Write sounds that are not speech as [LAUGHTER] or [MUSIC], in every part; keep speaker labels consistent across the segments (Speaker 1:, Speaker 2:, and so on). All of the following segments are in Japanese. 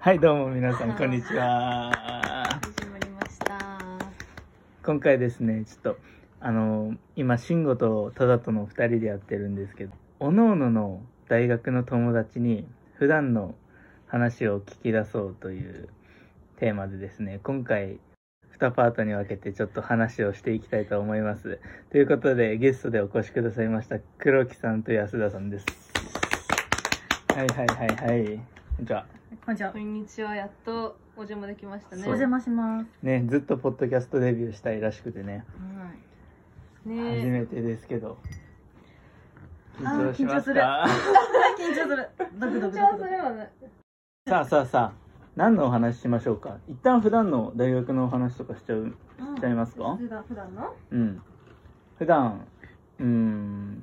Speaker 1: はい、どうも皆さん、こんにちは。
Speaker 2: 始まりました。
Speaker 1: 今回ですね、ちょっと、あの、今、慎吾とただとの2人でやってるんですけど、おのおのの大学の友達に、普段の話を聞き出そうというテーマでですね、今回、2パートに分けてちょっと話をしていきたいと思います。ということで、ゲストでお越しくださいました、黒木さんと安田さんです。はいはいはいはい。じゃあ、
Speaker 3: こんにちは。
Speaker 2: こんにちは。やっとお邪魔できましたね。
Speaker 1: そ
Speaker 3: お
Speaker 1: う
Speaker 3: 邪魔します。
Speaker 1: ね、ずっとポッドキャストデビューしたいらしくてね、初
Speaker 2: ね
Speaker 1: めてですけど
Speaker 3: あ
Speaker 1: 緊
Speaker 3: ー
Speaker 1: 張しますか
Speaker 3: 緊張する。ドクド
Speaker 2: 緊
Speaker 3: クド
Speaker 2: 張す
Speaker 3: クド
Speaker 2: る
Speaker 3: ク。
Speaker 2: よね。
Speaker 1: さあさあさあ何のお話しましょうか一旦普段の大学のお話とかしちゃうしちゃいますか
Speaker 3: 普段普段の？
Speaker 1: うん普段うーん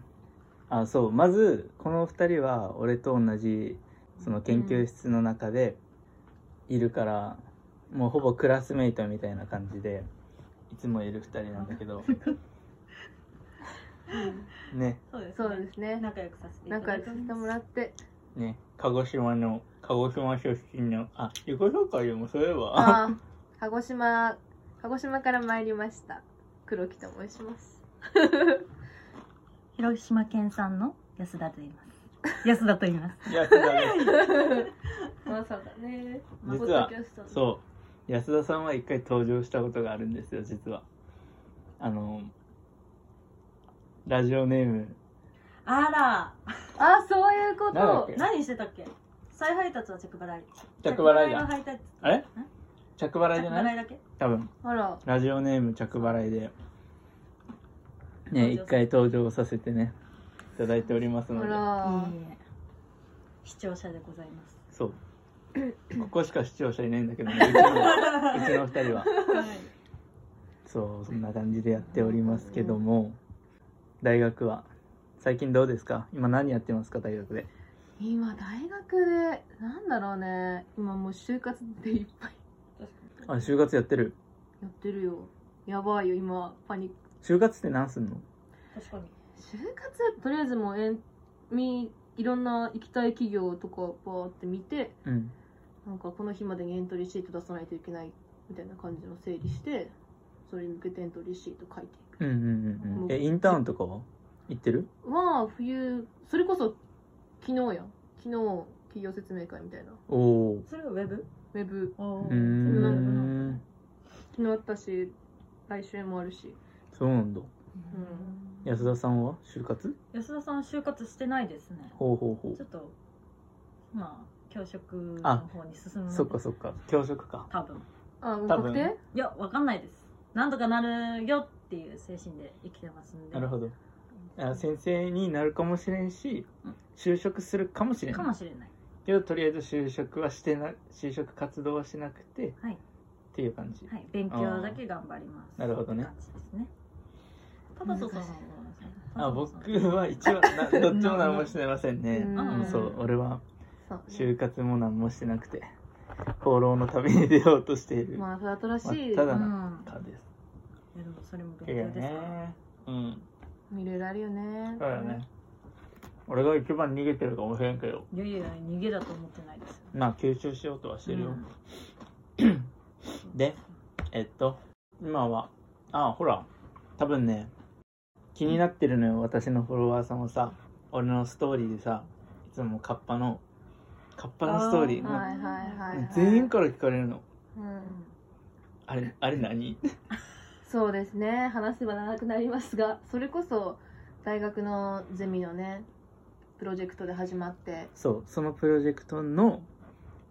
Speaker 1: あそうまずこの2人は俺と同じその研究室の中でいるから、もうほぼクラスメイトみたいな感じでいつもいる2人なんだけ [LAUGHS] どね
Speaker 3: そうです
Speaker 2: そうですね。
Speaker 3: 仲良くさせていた
Speaker 2: 仲
Speaker 3: だい
Speaker 2: 良く
Speaker 3: て
Speaker 2: させ
Speaker 3: おり
Speaker 2: て
Speaker 3: ます
Speaker 2: もらって。
Speaker 1: ね鹿児島の鹿児島出身のあ自己紹介でもそういえば
Speaker 2: ああ、鹿児島、鹿児島から参りました。黒木と申
Speaker 1: [LAUGHS]
Speaker 2: します。
Speaker 3: 広島県産の安田と言います。安田と言います。
Speaker 1: 安田
Speaker 3: [LAUGHS]
Speaker 1: で
Speaker 2: まさかね。
Speaker 1: 実は
Speaker 2: ポッドキャストの
Speaker 1: すそう安田さんは一回登場したことがあるんですよ実はあのラジオネーム
Speaker 3: あ
Speaker 2: ああ、そういうこ
Speaker 1: なんだっ
Speaker 2: と
Speaker 1: け
Speaker 3: ら、何してたっけ？再配達は着払い。
Speaker 1: 着払い
Speaker 3: 着の
Speaker 1: だ
Speaker 3: 配達。
Speaker 1: あれ
Speaker 3: ん
Speaker 1: 着払いじ
Speaker 3: 着
Speaker 1: ゃな
Speaker 3: 払
Speaker 1: い
Speaker 3: いだけ？
Speaker 1: 多分
Speaker 2: あら、
Speaker 1: ラジオネーム着払いでね
Speaker 3: 登場
Speaker 1: 一回登場させてねいただいております
Speaker 2: あ
Speaker 1: ので
Speaker 2: ら。
Speaker 3: いいえ視聴者でございます。
Speaker 1: そうここしか視聴者いないんだけど
Speaker 3: [LAUGHS]
Speaker 1: ねうちのうちの二人はそうそんな感じでやっておりますけども大学は最近どうですか今何やってますか大学で
Speaker 2: 今、大学で、なんだろうね。今もう就活でいっぱい
Speaker 1: あ就活やってる
Speaker 2: やってるよ。やばいよ、今、パニック。
Speaker 1: 就活って何すんの
Speaker 3: 確かに。
Speaker 2: 就活はとりあえずもうえんみいろんな行きたい企業とかバーって見て
Speaker 1: うん
Speaker 2: なんかこの日までにエントリーシート出さないといけないみたいな感じの整理してそれに向けてエントリーシート書いてい
Speaker 1: うんうんうんうんえインターンとかは行ってる
Speaker 2: くは冬それこそ昨日やん昨日企業説明会みたいな
Speaker 1: おお
Speaker 3: それはウェブ？
Speaker 2: ウェブ
Speaker 3: お
Speaker 1: う
Speaker 3: ー
Speaker 1: ーん
Speaker 2: 昨日あったし来週もあるし
Speaker 1: そうなんだ
Speaker 2: ん
Speaker 1: 安田さんは就活
Speaker 3: 安田さん就活してないですね。
Speaker 1: ほうほうほ
Speaker 3: ちょっとまあ教職の
Speaker 1: あ
Speaker 3: 方に進む
Speaker 1: う
Speaker 3: ので
Speaker 1: そっかそっか教職か
Speaker 3: 多分
Speaker 2: あもう
Speaker 1: 多分
Speaker 2: 確定
Speaker 3: いやわかんないですなんとかなるよっていう精神で生きてますんで
Speaker 1: なるほどあ先生になるかもしれんし
Speaker 3: うん
Speaker 1: 就職するかもしれ
Speaker 3: か
Speaker 1: ない
Speaker 3: もしれない
Speaker 1: けどとりあえず就職はしてな就職活動はしなくて、
Speaker 3: はい
Speaker 1: っていう感じ、
Speaker 3: はい勉強だけ頑張ります
Speaker 1: あーなるほどね
Speaker 3: って感じですねタバソさんは
Speaker 1: あ
Speaker 3: どう
Speaker 1: 僕
Speaker 3: ですか
Speaker 1: は一応などっちも何もしてませんね、
Speaker 2: うん
Speaker 1: うんそう俺は
Speaker 2: そうね
Speaker 1: 就活も何もしてなくて放浪の旅に出ようとしている、
Speaker 2: まあそれ新し
Speaker 1: まあ
Speaker 2: い
Speaker 1: た
Speaker 3: う
Speaker 1: だ
Speaker 3: ん
Speaker 1: かです
Speaker 3: いやでもそれも勉
Speaker 1: いや
Speaker 3: 強ですから
Speaker 1: ねうん
Speaker 2: 見れられるよね
Speaker 1: そうだね俺が一番逃げてるかもしれんけど
Speaker 3: いやいや逃げだと思ってないですよ
Speaker 1: まあ吸収しようとはしてるよ、でえっと今はあほら多分ね気になってるのよ私のフォロワーさんもさ俺のストーリーでさいつもカッパのカッパのストーリー
Speaker 3: あー
Speaker 1: もう
Speaker 2: はいはいはい、はい、
Speaker 1: 全員から聞かれるの
Speaker 2: うん
Speaker 1: あれあれ何
Speaker 2: そうですね話せば長くなりますがそれこそ大学のゼミのねプロジェクトで始まって
Speaker 1: そうそのプロジェクトの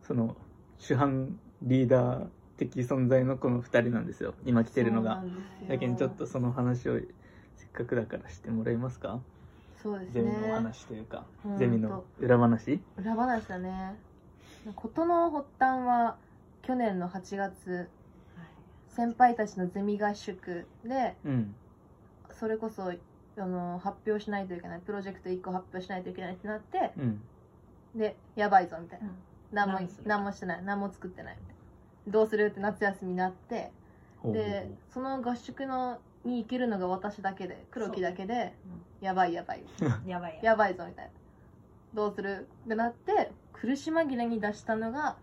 Speaker 1: その主犯リーダー的存在のこの2人なんですよ今来てるのがだけどちょっとその話をせっかくだからしてもらえますか
Speaker 2: そうなんです
Speaker 1: ゼ
Speaker 2: よ
Speaker 1: ミ
Speaker 2: そうです
Speaker 1: のお
Speaker 2: ね
Speaker 1: 話というか、
Speaker 2: うん
Speaker 1: ゼミの裏話
Speaker 2: 裏話だね事の発端は去年の8月先輩たちのゼミ合宿で
Speaker 1: うん
Speaker 2: それこそあの発表しないといけないプロジェクト1個発表しないといけないってなって
Speaker 1: うん
Speaker 2: でやばいぞみたいな何も
Speaker 3: 何する
Speaker 2: 何もしてない何も作ってないみたいなどうするって夏休みになって
Speaker 1: ほうほうほう
Speaker 2: でその合宿のに行けるのが私だけで黒木だけで、やばいやばい
Speaker 3: うんやばいや
Speaker 2: やばいぞみたいなどうするってなって苦し紛れに出したのが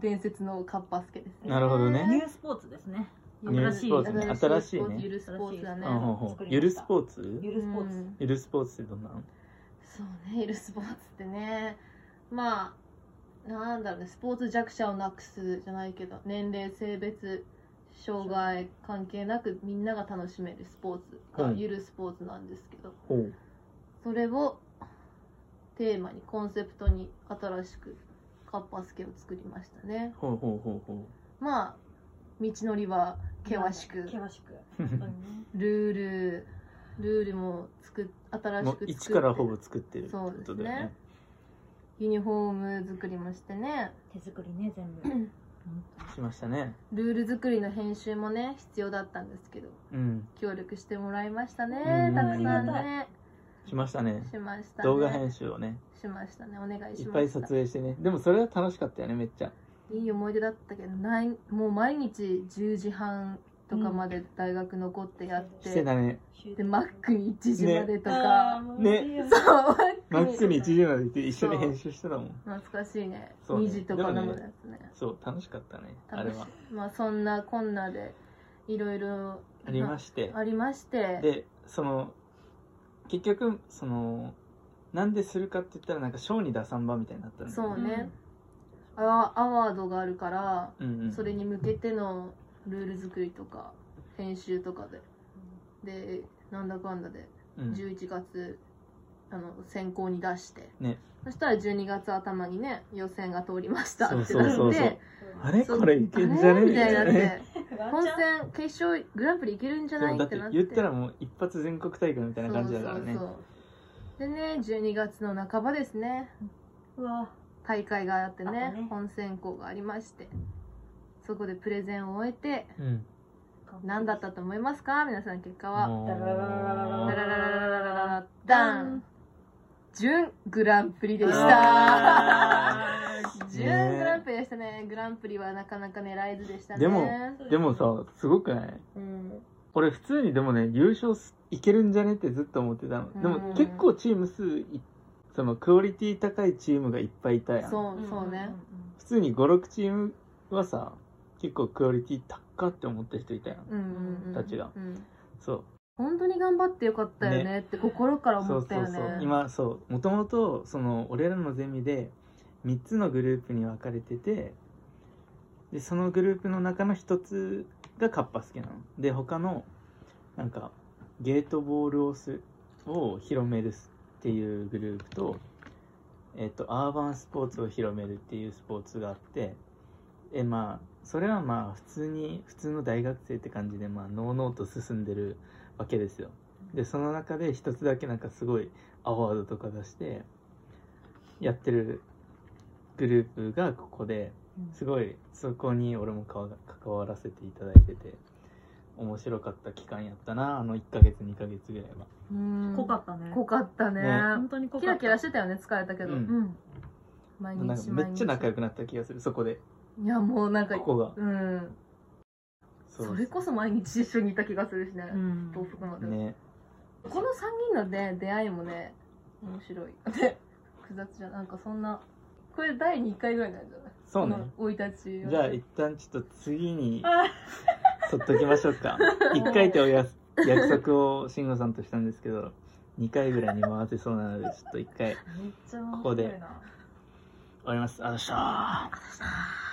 Speaker 2: 伝説のカッパスケですね
Speaker 1: なるほどね
Speaker 3: ニュースポーツですね。
Speaker 1: ニュースポーツね新しいね
Speaker 2: ゆるスポーツだね
Speaker 1: うんほんほんゆるスポーツ
Speaker 3: ゆるスポーツ。
Speaker 1: ゆるスポーツってどんなの
Speaker 2: そうねゆるスポーツってねまあなんだろうねスポーツ弱者をなくすじゃないけど年齢性別障害関係なくみんなが楽しめるスポーツが
Speaker 1: はい
Speaker 2: ゆるスポーツなんですけど、
Speaker 1: ほう
Speaker 2: それをテーマにコンセプトに新しくカッパスケを作りましたね
Speaker 1: ほうほうほう
Speaker 2: [LAUGHS]
Speaker 1: ほ
Speaker 2: まあ道のりは険しく
Speaker 3: 険しく。
Speaker 1: う
Speaker 3: 本当にね
Speaker 2: ルールルールも作っ新し
Speaker 1: もう
Speaker 2: く作って
Speaker 1: 一からほぼ作ってるってこ
Speaker 2: そ
Speaker 1: と
Speaker 2: うで
Speaker 1: だ
Speaker 2: す
Speaker 1: よ
Speaker 2: ね
Speaker 1: ね
Speaker 2: ユニフォーム作りもしてね
Speaker 3: 手作りね、全部。本当に
Speaker 1: しましたね
Speaker 2: ルール作りの編集もね必要だったんですけど
Speaker 1: うん
Speaker 2: 協力してもらいましたね
Speaker 1: うん
Speaker 2: たくさん
Speaker 3: あり
Speaker 2: ね
Speaker 1: しましたね
Speaker 2: しましたね
Speaker 1: 動画編集をね
Speaker 2: しましたねお願い
Speaker 1: い
Speaker 2: し
Speaker 1: っ
Speaker 2: ました
Speaker 1: ぱい撮影してねでもそれは楽しかったよねめっちゃ
Speaker 2: いい思い出だったけどないもう毎日10時半とかまで大学残ってやっ、
Speaker 1: しててたね
Speaker 2: でマックに1時までと
Speaker 3: あー
Speaker 2: か、
Speaker 3: もう
Speaker 1: ね
Speaker 3: いいよ
Speaker 2: そう
Speaker 1: マ
Speaker 2: マッ
Speaker 1: ッ
Speaker 2: ク
Speaker 1: ク
Speaker 2: に
Speaker 1: に1時まで行って一緒に編集してたもん
Speaker 2: 懐かしいね
Speaker 1: そうね
Speaker 2: 2時とかのやつね
Speaker 1: そう楽しかったねあれ
Speaker 2: 楽しい
Speaker 1: は
Speaker 2: まあそんなこんなでいろいろ
Speaker 1: ありま
Speaker 2: し
Speaker 1: して
Speaker 2: ありまして
Speaker 1: でその結局そのなんでするかって言ったらなんか賞に出さんばみたいになったんだよ
Speaker 2: そうね、アワアワードがあるから、
Speaker 1: うんうん、
Speaker 2: それに向けてのルール作りとか編集とかででなんだかんだで
Speaker 1: うん
Speaker 2: 11月、あの選考に出して、
Speaker 1: ね
Speaker 2: そしたら12月頭にね予選が通りましたって
Speaker 1: そ
Speaker 2: な
Speaker 1: う
Speaker 2: って
Speaker 1: そうそうそうあれ
Speaker 2: そう
Speaker 1: これいけんじゃね
Speaker 2: あれみたいになっ
Speaker 1: ね
Speaker 2: て本
Speaker 3: 本
Speaker 2: 戦決勝グランプリいけるんじゃ
Speaker 1: で
Speaker 2: ない
Speaker 1: もだ
Speaker 2: っ
Speaker 1: って
Speaker 2: てなって
Speaker 1: 言ったらもう一発全国大会みたいな感じだからね
Speaker 2: そうそうそうでね12月の半ばですね
Speaker 3: うわ
Speaker 2: 大会があってね
Speaker 3: あったね
Speaker 2: 本選考がありましてそこでプレゼンを終えて
Speaker 1: うん
Speaker 2: 何だったと思いますか皆さん結果は
Speaker 1: もう
Speaker 3: ダララ
Speaker 2: ダ
Speaker 3: ララララ
Speaker 2: ラララララララダ
Speaker 3: ダ
Speaker 2: ン
Speaker 3: ン
Speaker 2: 準グランプリでし
Speaker 1: あ
Speaker 2: た
Speaker 3: ー
Speaker 2: 準グランプリでしたねグランプリはなかなか狙いずでしたね
Speaker 1: でもでもさすごくない
Speaker 2: うん
Speaker 1: 俺普通にでもね優勝すいけるんじゃねってずっと思ってたの、で
Speaker 2: うん
Speaker 1: も結構チーム数いそのクオリティ高いチームがいっぱいいたやん
Speaker 2: そううんそうね。
Speaker 1: 普通に56チームはさ結構クオリティ高って思った人いたやん
Speaker 2: うんうんうん
Speaker 1: たちが
Speaker 2: うん
Speaker 1: そう
Speaker 2: 本当に頑張ってよかったよねって心から
Speaker 1: そ
Speaker 2: 思
Speaker 1: う
Speaker 2: った
Speaker 1: そ
Speaker 2: よ
Speaker 1: う
Speaker 2: ね
Speaker 1: そう今そうもともとその俺らのゼミで3つのグループに分かれててでそのグループの中の1つがカッパ好きなので他のなんかゲートボールをすを広めるっていうグループと,、えっとアーバンスポーツを広めるっていうスポーツがあってえまあそれはまあ普通に普通の大学生って感じでまあのうのうと進んでるわけですよでその中で一つだけなんかすごいアワードとか出してやってるグループがここで
Speaker 3: うん
Speaker 1: すごいそこに俺もかわ関わらせていただいてて面白かった期間やったなあの1ヶ月2ヶ月ぐらいは
Speaker 2: うん
Speaker 3: 濃かったね
Speaker 2: 濃かったね
Speaker 1: ね
Speaker 3: 本当に濃か
Speaker 2: キ
Speaker 3: った
Speaker 2: ラキラしてたよね疲れたけど、
Speaker 1: うん
Speaker 3: うん
Speaker 2: 毎
Speaker 1: なんか
Speaker 2: 日
Speaker 1: め
Speaker 2: 毎日
Speaker 1: っちゃ仲良くなった気がするそこで
Speaker 2: いやもうなんか
Speaker 1: ここが
Speaker 2: うん
Speaker 1: そ
Speaker 2: そうれこそ毎日一緒にいた気がするしね、
Speaker 3: うん
Speaker 2: 遠くまで、
Speaker 1: ね
Speaker 2: この3人のね出会いもね面白いで複雑じゃんなんかそんなこれ第2回ぐらいなんじゃない
Speaker 1: そうね
Speaker 2: この生い立ちを
Speaker 1: じゃあ一旦ちょっと次に
Speaker 3: あ
Speaker 1: 取っときましょう
Speaker 2: [LAUGHS]
Speaker 1: か1回っておやす約束を慎吾さんとしたんですけど2回ぐらいに回せそうなのでちょっと1回終
Speaker 3: めっちゃ面白いな
Speaker 1: ここでわりますありがとうございました
Speaker 2: あ